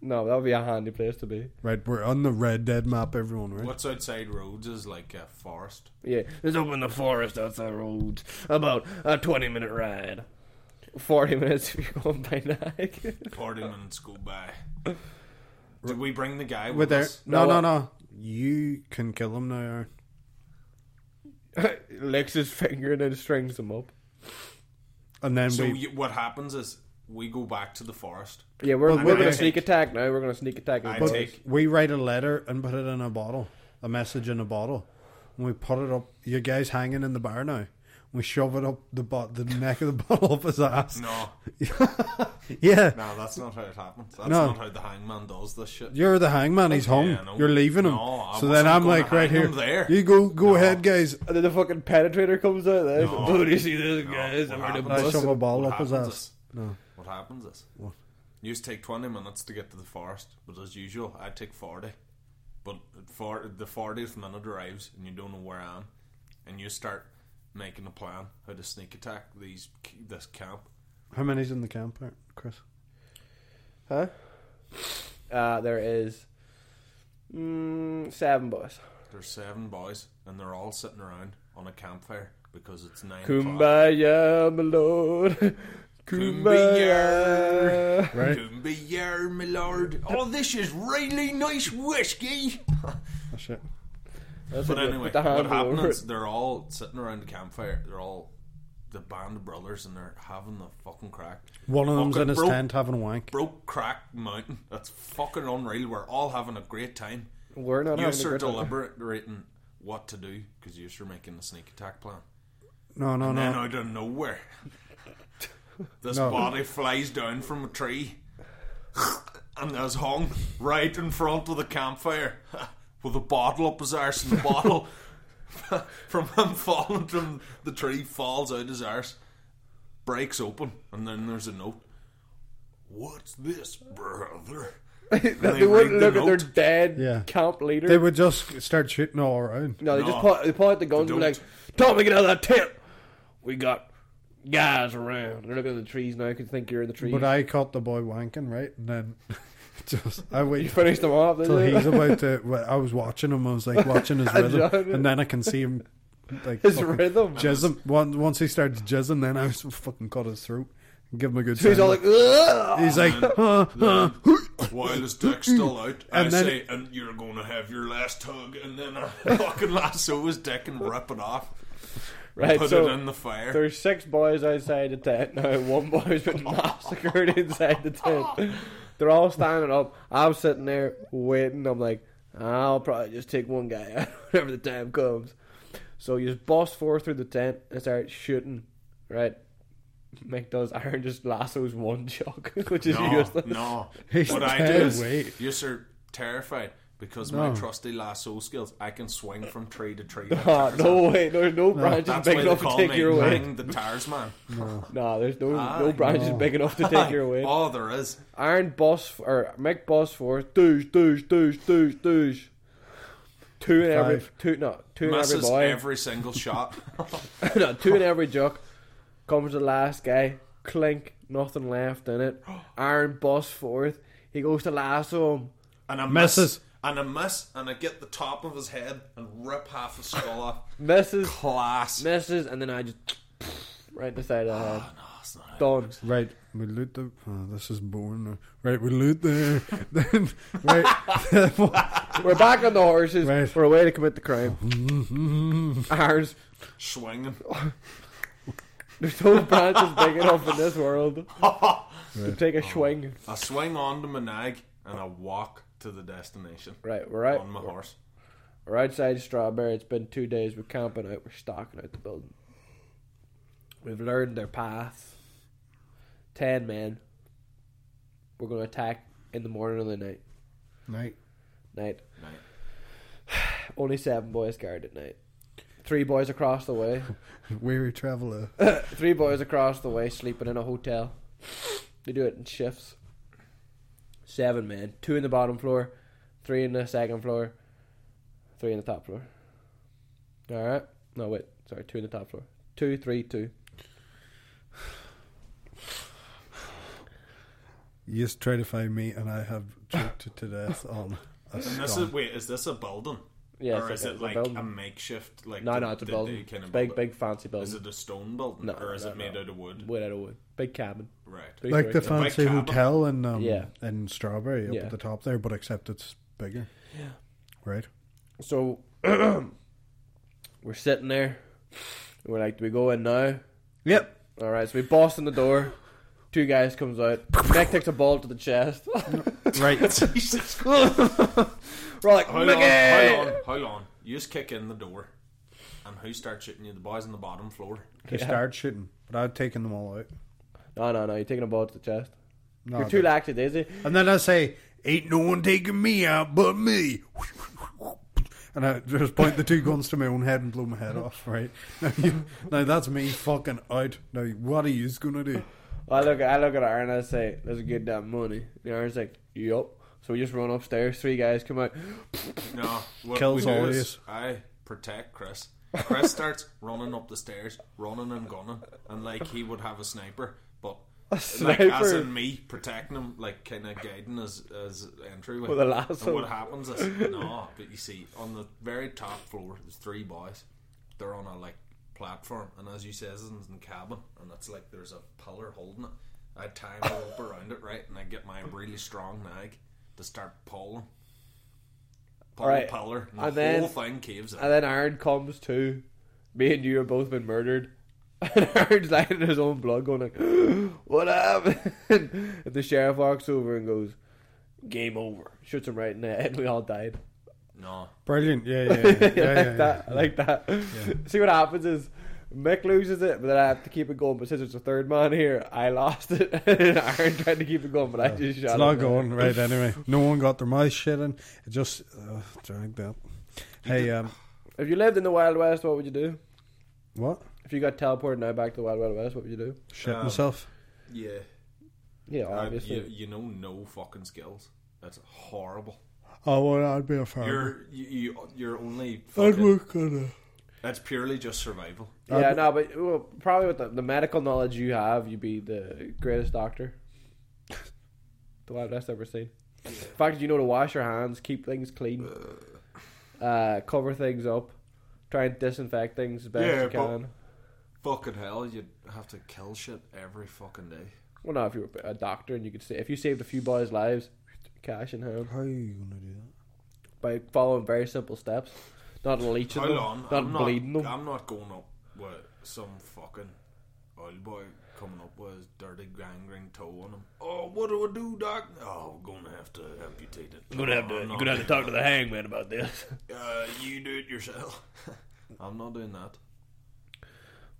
C: No, that would be a handy place to be.
A: Right. We're on the Red Dead map, everyone. Right.
D: What's outside roads is like a forest.
C: Yeah,
E: It's up in the forest outside roads. About a 20 minute ride.
C: forty minutes if you're going by night.
D: Party minutes go by. Did we bring the guy with,
A: With there,
D: us?
A: no,
C: No,
A: no, no. You can kill him now. Aaron.
C: licks his finger and then strings him up.
A: And then
D: So
A: we
D: you, what happens is we go back to the forest.
C: Yeah, we're,
A: But
C: we're
A: we-
C: gonna
A: I
C: sneak attack now. We're gonna sneak attack. his
D: I
C: boat.
D: take-
A: we write a letter and put it in a bottle, a message in a bottle, and we put it up. You guys hanging in the bar now. We shove it up the bo- the neck of the bottle up his ass.
D: No,
A: Yeah,
D: no, that's not how it happens. That's
A: No.
D: not how the hangman does this shit.
A: you're the hangman. He's hung.
D: Yeah, no.
A: You're leaving him.
D: No, I
A: so then
D: wasn't
A: I'm
D: gonna
A: like right
D: hang
A: here.
D: him there.
A: You go, go
D: No.
A: ahead, guys.
C: And then the fucking penetrator comes out there.
D: No.
C: Dude, you see this
D: No,
C: guy?
D: what
C: I'm gonna
D: happened
A: And I
C: bust
A: shove
C: him.
A: a ball
D: What
A: up his
D: happens
A: ass.
D: is
A: No,
D: what happens is
A: What?
D: you just take twenty minutes to get to the forest, but as usual, I take forty. But at for the fortieth minute arrives and you don't know where I am, and you start making a plan how to sneak attack these this camp.
A: How many's in the camp, Chris?
C: Huh? Uh, there is mm, seven boys.
D: There's seven boys and they're all sitting around on a campfire because it's nine o'clock.
C: Kumbaya, my lord. Kumbaya.
A: Right?
D: Kumbaya, my lord. Oh, this is really nice whiskey.
A: That's it.
C: That's
D: But
C: what you-
D: anyway,
C: put the
D: what
C: hand
D: happened
C: over
D: is
C: it.
D: they're all sitting around the campfire. They're all the band of brothers, and they're having the fucking crack.
A: One of them's
D: Fucking
A: in his
D: broke,
A: tent having a wank.
D: Broke crack mountain. That's fucking unreal. We're all having a great time.
C: We're not
D: You
C: having a
D: are
C: good time.
D: deliberating what to do because you're making the sneak attack plan.
A: No, no,
D: Then
A: no.
D: out of nowhere, this
A: No.
D: body flies down from a tree and is hung right in front of the campfire with a bottle up his arse and the bottle from him falling from the tree falls out his arse, breaks open, and then there's a note. What's this, brother? And
C: they wouldn't
D: read the
C: look at their
D: note.
C: dead
A: Yeah.
C: camp leader.
A: They would just start shooting all around.
C: no, they
D: No,
C: just point, they point at the guns and be
D: don't.
C: like, Tommy, get out of that tent.
E: We got guys
C: And
E: around.
C: They're looking at the trees now because think you're in the trees.
A: But I caught the boy wanking, right? And then just I
C: you
A: wait
C: finished them off, didn't
A: till
C: you?
A: he's about to. well, I was watching him. I was like watching his rhythm, and then I can see him like
C: His
A: fucking
C: rhythm.
A: Jism. Once, once he starts jizzing, then I was fucking cut his throat. and Give him a good.
C: So he's all like,
A: send-off.
C: Ugh!
A: he's like, huh, huh.
D: Then, while his dick's still out, I
A: And then-
D: say, and you're going to have your last tug, and then I fucking lasso his dick and rip it off,
C: right,
D: put
C: so
D: it in the fire.
C: there's six boys outside the tent now. One boy's been massacred inside the tent. They're all standing up. I'm sitting there waiting. I'm like, I'll probably just take one guy out whenever the time comes. So you just bust forth through the tent and start shooting, right? Mick does. Aaron just lassos one chuck, which is
D: No,
C: useless.
D: no.
A: He's
D: what I do
A: dead
D: is,
A: weight.
D: you sir, terrified because my trusty lasso skills, I can swing from tree to tree. like
C: Ah,
D: Tarzan.
C: no way, there's no branches
D: That's
C: big
D: why they
C: enough to
D: call
C: take
D: me
C: your weight.
D: Hang the Tars man.
C: Nah, there's no
D: Ah,
C: no branches
A: no.
C: big enough to take your weight.
D: Oh, there is.
C: Iron boss or Mick boss for douche douche douche douche douche. Two in every
A: Five.
C: two no two in every
D: Misses
C: boy
D: every single shot.
C: no two in every jock. Comes the last guy, clink, nothing left in it. Iron boss fourth. He goes to lasso him.
D: And I
A: Misses.
D: miss. And I miss. And I get the top of his head and rip half his skull off.
C: Misses,
D: Class. Oh,
C: misses, and then I just right in the side of the head.
D: No, it's not.
C: Done.
A: Right, we loot the. Oh, this is boring. now. Right, we loot the. Then, right,
C: We're back on the horses.
A: Right.
C: We're away to commit the crime. Iron's
D: Swinging.
C: There's no branches big enough in this world to take a swing.
D: I swing on to my nag and I walk to the destination
C: Right, we're out.
D: on my horse.
C: We're outside Strawberry. It's been two days. We're camping out. We're stalking out the building. We've learned their path. Ten men. We're going to attack in the morning or the night.
A: night.
C: Night.
D: Night.
C: Only seven boys guard at night. Three boys across the way.
A: Weary traveller.
C: Three boys across the way sleeping in a hotel. They do it in shifts. Seven men. Two in the bottom floor, three in the second floor, three in the top floor. Alright. No, wait. Sorry, two in the top floor. Two, three, two.
A: You just try to find me, and I have choked to death on. A
D: And this
A: skunk.
D: is wait, is this a building?
C: Yeah,
D: or
C: it's
D: is
C: like a- it's
D: it
C: a
D: like
C: building.
D: a, makeshift like
C: No,
D: did-
C: no, it's a
D: did
C: building.
D: they kind
C: It's
D: of
C: big,
D: build it?
C: big fancy building.
D: Is it a stone building?
C: No,
D: or is
C: no,
D: it made
C: no.
D: out of wood?
C: Wood out of wood. Big cabin.
D: Right.
C: Three
A: like the
C: stories high.
A: fancy
D: Like cabin.
A: hotel in um,
C: Yeah.
A: in Strawberry up
C: Yeah.
A: at the top there, but except it's bigger. Yeah. Right.
C: So we're sitting there. and We're like, do we go in now?
A: Yep.
C: All right, so we bust in the door. Two guys comes out. Mick takes a ball to the chest.
A: Right.
D: Jesus.
C: We're like,
D: Hold on,
C: Mickey!
D: hold on, hold on. You just kick in the door. And who starts shooting you? The boys on the bottom floor.
A: they start shooting, but I've taken them all out.
C: No, no, no. You're taking a ball to the chest.
A: No,
C: You're too
A: but-
C: laxy, Daisy.
A: And then I say, "Ain't no one taking me out but me." And I just point the two guns to my own head and blow my head off. Right now, you, now that's me fucking out. Now what are you gonna do?
C: I look, I look at Aaron. I say, "Let's get that money." And Aaron's like, "Yup." So we just run upstairs. Three guys come out.
D: No, what
A: Kills
D: we do
A: all
D: is I protect Chris. Chris starts running up the stairs, running and gunning, and like he would have a sniper, but like as
C: sniper?
D: in me protecting him, like kind of guiding his, his entryway.
C: With a lasso.
D: And what happens is no, but you see on the very top floor, there's three boys. They're on a like platform, and as you says, it's in cabin, and it's like there's a pillar holding it. I tie my rope around it right, and I get my really strong nag to start pulling. Paul
C: Right.
D: Peller. And the
C: And then-
D: whole thing caves in.
C: And then Aaron comes to. Me and you have both been murdered. And Aaron's lying in his own blood going like, what happened? And the sheriff walks over and goes, game over. Shoots him right in the head. We all died.
D: no.
A: Brilliant. Yeah, yeah, yeah. yeah, yeah,
C: like
A: yeah.
C: that. Like that. See what happens is Mick loses it, but then I have to keep it going. But since it's a third man here, I lost it. Aaron tried to keep it going, but I just shot
A: It's
C: him.
A: not going right anyway. No one got their mouth shit in. It just uh, dragged out. Hey, um,
C: If you lived in the Wild West, what would you do?
A: what?
C: If you got teleported now back to the Wild Wild West, what would you do?
A: Shit
D: Um,
A: myself.
D: Yeah.
C: Yeah,
D: Um,
C: Oh, obviously.
D: you, you know no fucking skills. That's horrible.
A: Oh, well, I'd be a farmer.
D: You're you, you you're only
A: I'd
D: fucking,
A: work on a.
D: that's purely just survival.
C: Yeah,
A: I'd-
C: no, but well, probably with the, the medical knowledge you have, you'd be the greatest doctor the Wild West ever seen. The fact that you know to wash your hands, keep things clean, uh, cover things up, try and disinfect things as best
D: Yeah,
C: you
D: but-
C: can.
D: Fucking hell, you'd have to kill shit every fucking day.
C: Well, no, if you were a doctor and you could say if you saved a few boys' lives, cash in hand
A: How are you going to do that?
C: by following very simple steps, not leeching
D: How
C: them,
D: long?
C: not
D: I'm
C: bleeding
D: not,
C: them.
D: I'm not going up with some fucking oil boy coming up with his dirty gangrene toe on him. Oh, what do I do, doc? Oh, we're gonna have to amputate it.
E: You're gonna have to,
D: I'm
E: you're
D: not
E: gonna have to
D: doing
E: talk to the hangman about this.
D: Uh, you do it yourself. I'm not doing that.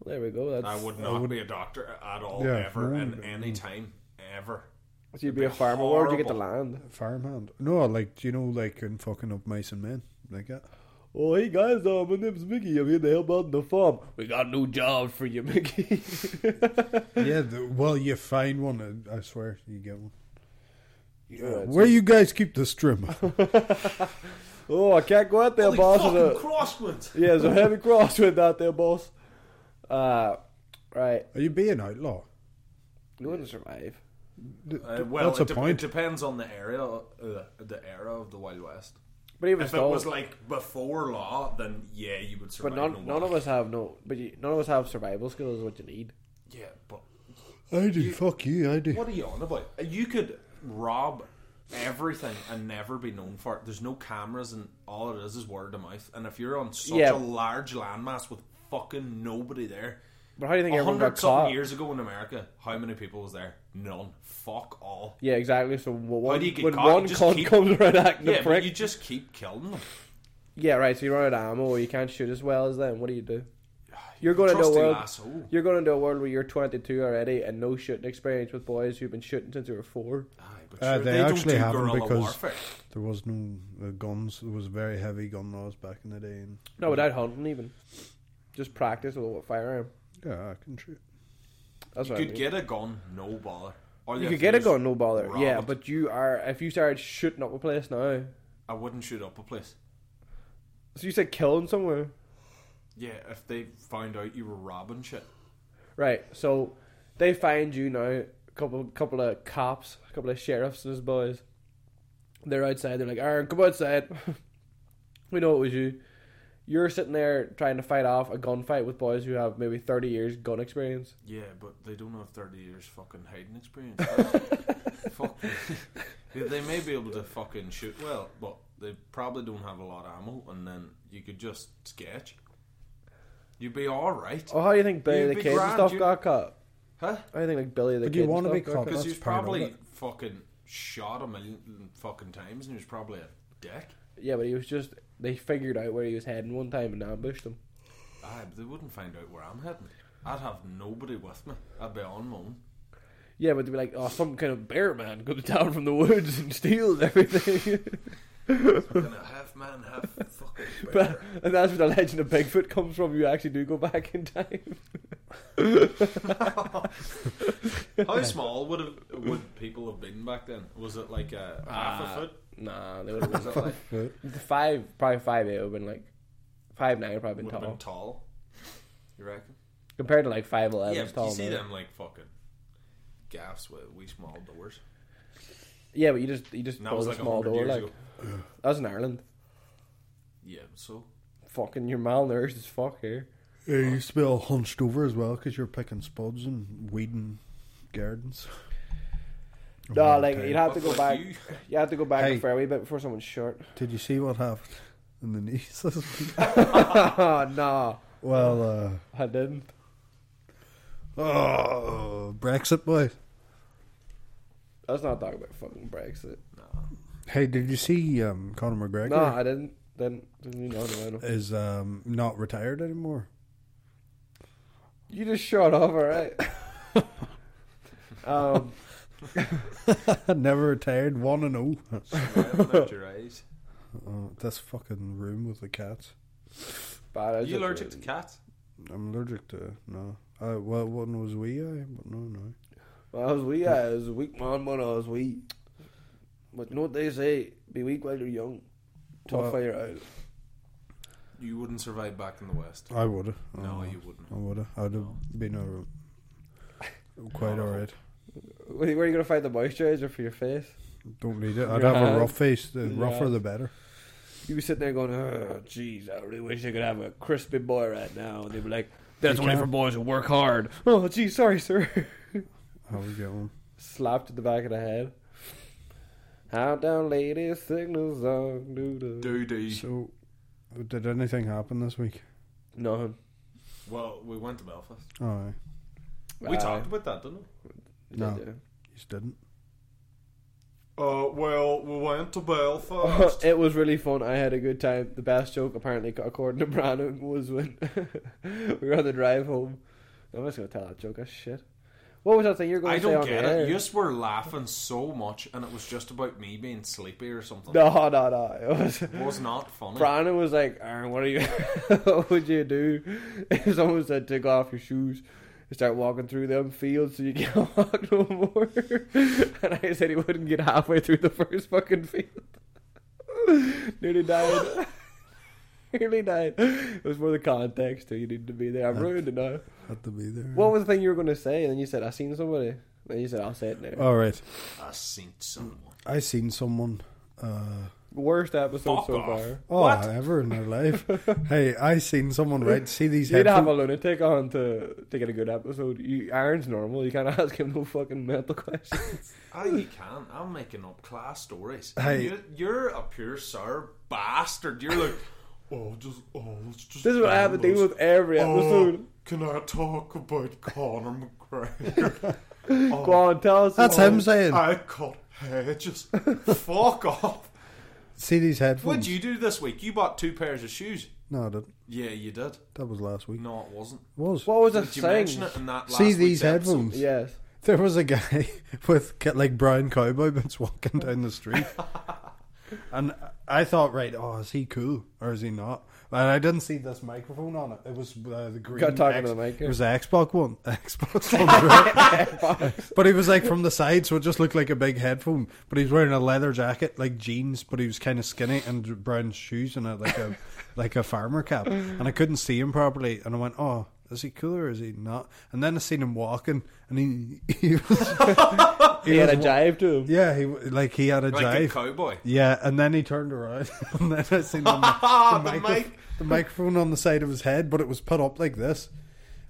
C: there we go. That's
D: I would not be a doctor at all,
A: Yeah,
D: ever,
A: no,
D: and
A: no.
D: any time, ever.
C: so you'd be a farmer. Where would you get the land?
A: Farmhand. No, like, do you know, like, in fucking up mice and men? Like that?
C: Oh, hey guys, uh, my name's Mickey. I'm here to help out on the farm.
E: We got new jobs for you, Mickey.
A: yeah, the, well, you find one, I I swear, you get one.
C: Yeah,
A: Where you guys keep the strimmer?
C: Oh, I can't go out there, boss. There's a-
D: crosswind!
C: yeah, there's a heavy crosswind out there, boss. Uh, right.
A: Are you being outlaw?
C: You wouldn't survive.
D: Uh, well,
A: That's
D: it,
A: a
D: de-
A: point.
D: it depends on the area, uh, the era of the Wild West.
C: But even
D: If it
C: still,
D: was like before law, then yeah, you would survive.
C: but none,
D: no
C: none of us have no. But you, none of us have survival skills. Is what you need.
D: Yeah, but
A: I do. Fuck you, I do.
D: What are you on about? Uh, You could rob everything and never be known for it. There's no cameras, and all it is is word of mouth. And if you're on such
C: Yeah.
D: a large landmass with fucking nobody there,
C: But how do you think
D: a
C: everyone got
D: hundred something
C: caught?
D: years ago in America, how many people was there? None. Fuck all.
C: Yeah, exactly. So w- one,
D: do you get
C: when
D: caught?
C: one
D: You just
C: cunt
D: keep-
C: comes around acting
D: Yeah,
C: a
D: but
C: prick,
D: you just keep killing them.
C: yeah, right. So you run out of ammo, or you can't shoot as well as them. What do you do? You're going into a
D: Trusty
C: world.
D: lasso.
C: You're going into a world where you're 22 already and no shooting experience with boys who've been shooting since they were four.
D: Aye, but
A: Uh,
D: sure,
A: they
D: they, don't
A: actually
D: do
A: haven't
D: guerrilla
A: because-
D: warfare.
A: There was no uh, guns. There was very heavy gun laws back in the day. And
C: No, without hunting even. Just practice with a firearm.
A: yeah, I can shoot.
C: That's
D: You
C: what I
D: could
C: mean.
D: get a gun, no bother. All
C: You
D: have
C: could
D: to
C: get a
D: do is-
C: gun, no bother.
D: rob
C: Yeah,
D: it.
C: but you are if you started shooting up a place now.
D: I wouldn't shoot up a place.
C: So you said killing somewhere,
D: Yeah, if they found out you were robbing shit.
C: right? So they find you now. A couple, couple of cops, a couple of sheriffs and his boys. They're outside. They're like, "Aaron, come outside. we know it was you." You're sitting there trying to fight off a gunfight with boys who have maybe 30 years gun experience.
D: Yeah, but they don't have 30 years fucking hiding experience. Fuck. me. Yeah, they may be able to fucking shoot well, but they probably don't have a lot of ammo, and then you could just sketch. You'd be alright.
C: Oh, how do you think Billy
D: You'd
C: the
D: be
C: Kid and
D: grand,
C: stuff
D: you-
C: got caught?
D: Huh?
C: I think like Billy the
A: But
C: Kid.
A: you
C: and
A: wanna
C: stuff
A: be
C: got
A: caught,
C: caught.
D: Because
A: that's
D: he was
A: part of
D: probably
A: it.
D: fucking shot a million fucking times, and he was probably a dick.
C: Yeah, but he was just. They figured out where he was heading one time and ambushed him.
D: Aye, but they wouldn't find out where I'm heading. I'd have nobody with me. I'd be on my own.
C: Yeah, but they'd be like, oh, some kind of bear man comes down from the woods and steals everything.
D: Fucking a half man, half fucking bear.
C: but, and that's where the legend of Bigfoot comes from. You actually do go back in time.
D: How small would have would people have been back then? Was it like a half
C: Uh,
D: a foot?
C: Nah, they would have
D: Was it like
C: been five, probably five eight would have been like five nine would probably been
D: would have
C: tall
D: been tall? You reckon?
C: compared to like five eleven.
D: yeah, but
C: tall
D: you see
C: man.
D: them like fucking gaffs with wee small doors.
C: Yeah, but you just you just
D: And that was
C: build a
D: like a
C: small
D: hundred
C: door
D: years
C: like
D: ago.
C: that was in Ireland.
D: Yeah, so
C: Fucking you're malnourished as fuck here.
A: Yeah, you used to be all hunched over as well because you're picking spuds and weeding gardens.
C: No, like you'd have to
D: But
C: go
D: like
C: back. You,
D: you-
C: have to go back
A: Hey.
C: a fair wee bit before someone's short.
A: Did you see what happened in the news? this week?
C: oh no,
A: well, uh,
C: I didn't.
A: oh, Brexit boy.
C: Let's not talk about fucking Brexit.
A: Hey, did you see um, Conor McGregor
C: No, I didn't. Didn't. Didn't you know about him?
A: is um, not retired anymore?
C: You just shut off, all right. um,
A: Never retired, one and oh.
D: Sweating out your eyes.
A: Oh, this fucking room with the cats.
C: bad. I
D: Are
C: was
D: you
C: just
D: allergic to
C: reading.
D: cats?
A: I'm allergic to no. I, well, one was wee eye, but no, no.
C: When I was wee, I was a weak man when I was wee. But you know what they say: be weak while you're young, tough
A: Well-
C: while you're old.
D: You wouldn't survive back in the West.
A: I Uh, would have.
D: Uh, No, you wouldn't.
A: I would have. I'd have been a, quite alright.
C: Where where are you gonna find the moisturizer for your face?
A: Don't need it. I'd
C: Your
A: have a
C: hand.
A: rough face. The rougher
C: Yeah.
A: the better.
C: You be sitting there going, "Oh, jeez, I really wish I could have a crispy boy right now." And they'd be like, "That's
A: You
C: only
A: can.
C: for boys who work hard." Oh, geez, sorry, sir.
A: I would get one.
C: Slapped at the back of the head. Out down, lady, signals on. doo-doo.
D: Do do.
A: So, did anything happen this week?
C: Nothing.
D: Well, we went to Belfast.
A: Oh, aye.
D: we
C: Uh,
D: talked about that, didn't we?
A: No.
C: did you?
A: you just didn't.
D: Uh, well, we went to
C: Oh,
D: Belfast.
C: it was really fun. I had a good time. The best joke, apparently, according to Brannon, was when we were on the drive home. I'm just gonna tell that joke. That's shit. What was that thing you're going
D: I
C: to say
D: don't
C: on
D: get
C: the air?
D: it. You just were laughing so much, and it was just about me being sleepy or something.
C: No, no, no. It was.
D: It was not funny.
C: Brandon was like, Aaron, what are you? what would you do if someone said take off your shoes and start walking through them fields so you can't walk no more? and I said he wouldn't get halfway through the first fucking field. Nearly died. Nearly died. It was more the context too. You need to be there. I'm ruined it now.
A: Had to be there.
C: What was the thing you were going to say? And then you said I seen somebody. And then you said I'll say it now.
D: Uh,
A: All right.
D: I seen someone.
A: I seen someone. Uh,
C: Worst episode
D: Fuck
C: so
D: off.
C: far.
A: oh,
D: What?
A: ever in their life. hey, I seen someone. Right, see these.
C: You'd have
A: headphones.
C: a lunatic on to, to get a good episode. You, Aaron's normal. You can't ask him no fucking mental questions.
D: I Ah, you can. I'm making up class stories.
A: Hey.
D: You, you're a pure sour bastard. You're like, oh, just oh, let's just. Oh,
C: This is what I have to deal with every
A: Oh,
C: episode.
D: can I talk about Conor McGregor?
C: Go on, tell us.
A: oh. That's him saying.
D: I cut hedges. Fuck off.
A: see these
D: What'd
A: headphones.
D: you do this week? You bought two pairs of shoes.
A: No, I didn't.
D: Yeah, you did.
A: That was last week.
D: No, it wasn't.
A: Was
C: What was the
D: Did you mention
C: thing?
D: it in that last
A: see
D: week's
A: these
D: episode?
A: headphones.
C: Yes.
A: There was a guy with ca- like brown cowboy boots walking down the street, and I thought, right, oh, is he cool or is he not? And I didn't see this microphone on it. It was uh, the green.
C: Got talking
A: X-
C: to the mic, yeah.
A: It was the Xbox one. Xbox one. but he was like from the side, so it just looked like a big headphone. But he was wearing a leather jacket, like jeans, but he was kind of skinny and brown shoes and a, like a like a farmer cap. And I couldn't see him properly, and I went, oh. Is he cool or is he not? And then I seen him walking, and he, he was
C: He had a
A: was-
C: jive to him.
A: yeah, he like he had a
D: Like a
A: jive.
D: cowboy.
A: yeah, and then he turned around, and then I seen the, the,
D: The
A: micro-
D: mic.
A: the microphone on the side of his head, but it was put up like this.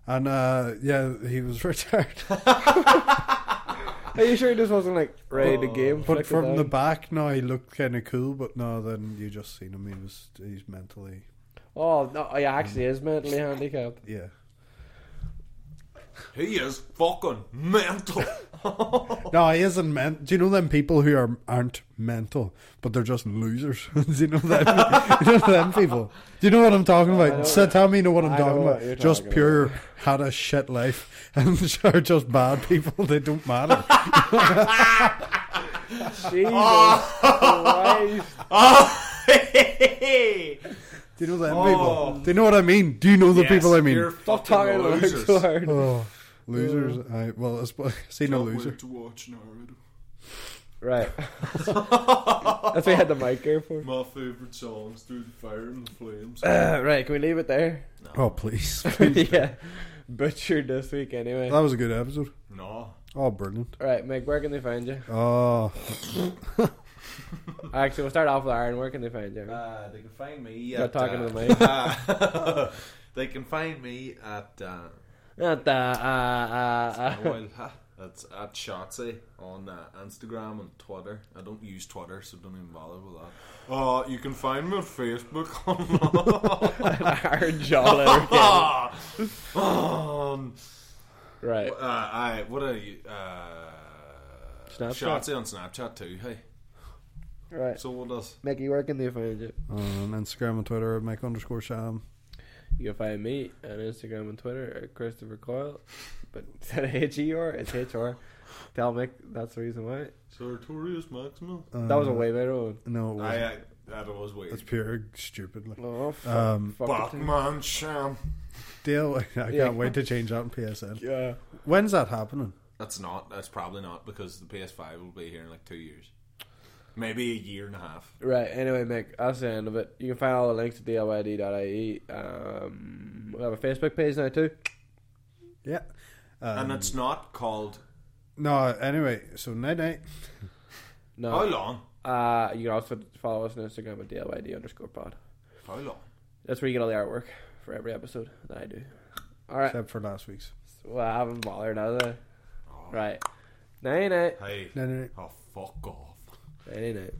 A: And uh, yeah, he was retired.
C: Are you sure he just wasn't like ready to game?
A: But from the back, now he looked kind of cool. But no, then you just seen him. He was he's mentally
C: oh no, he actually is mentally handicapped.
A: yeah.
D: He is fucking mental.
A: No, he isn't meant. Do you know them people who are aren't mental, but they're just losers? do you know them? you know them people? Do you know what I'm talking about? So tell me, you know what I'm
C: I know
A: talking
C: what
A: about?
C: you're
A: just
C: talking
A: pure had a shit life and are just bad people. They don't matter.
C: Jesus Christ.
D: Oh,
A: Do you know them
D: Oh.
A: people? Do you know what I mean? Do you know the
D: Yes,
A: people I mean?
D: You're
C: Stop
D: fucking
C: talking about it
D: losers.
C: so hard.
A: Oh, losers. I, well, I suppose- see no
D: Can't
A: loser.
D: wait to watch Naruto.
C: Right. That's what I had the mic there for.
D: My favorite songs through the fire and the flames.
C: Uh, right, can we leave it there?
D: no,
A: Oh, please.
C: yeah. Butchered this week anyway.
A: That was a good episode.
D: no.
A: Oh, brilliant.
C: Alright, Meg, where can they find you?
A: Oh,
C: Actually, we'll start off with Aaron. Where can they find you?
D: Uh, they can find me.
C: Not
D: at,
C: talking
D: uh,
C: to the mic.
D: uh, they can find me at uh,
C: Not the, uh, uh, uh,
D: well, huh, that's at Shotzi on uh, Instagram and Twitter. I don't use Twitter, so don't even bother with that. Uh, you can find me on Facebook.
C: uh, Aaron Jolly.
D: um,
C: Right.
D: uh, I what are you? Uh,
C: Snapchat?
D: Shotzi on Snapchat too. Hey,
C: Right.
D: so what does?
C: Mickey, where can they find you?
A: on um, Instagram and Twitter at Mike underscore Sam.
C: You can find me on Instagram and Twitter at Christopher Coyle. But instead of H E R, it's H R. Tell Mick that's the reason why.
D: Sartorius Maximus.
A: Um,
C: That was a way better one.
A: No, it wasn't.
D: I, I that was
A: That's
D: weird.
A: pure stupid. Like,
C: Oh, fuck.
A: Um,
C: fuck it.
D: Batman Sham.
A: deal. I can't
C: Yeah.
A: wait to change that in PSN.
C: Yeah.
A: When's that happening?
D: That's not. That's probably not because the PS5 will be here in like two years, maybe a year and a half.
C: Right. Anyway, Mick, that's the end of it. You can find all the links to DIYD.ie. E. Um, we have a Facebook page now too.
A: Yeah.
D: and
A: Um,
D: it's not called.
A: no, anyway, so night night.
D: How
C: No.
D: long?
C: Uh, you can also follow us on Instagram at DIYD underscore pod.
D: How long?
C: That's where you get all the artwork for every episode that I do. All right.
A: Except for last week's.
C: Well, I haven't bothered, have I?
D: Oh,
C: Right. Night night.
D: Hey.
A: Night night.
D: Oh fuck off.
C: Night night.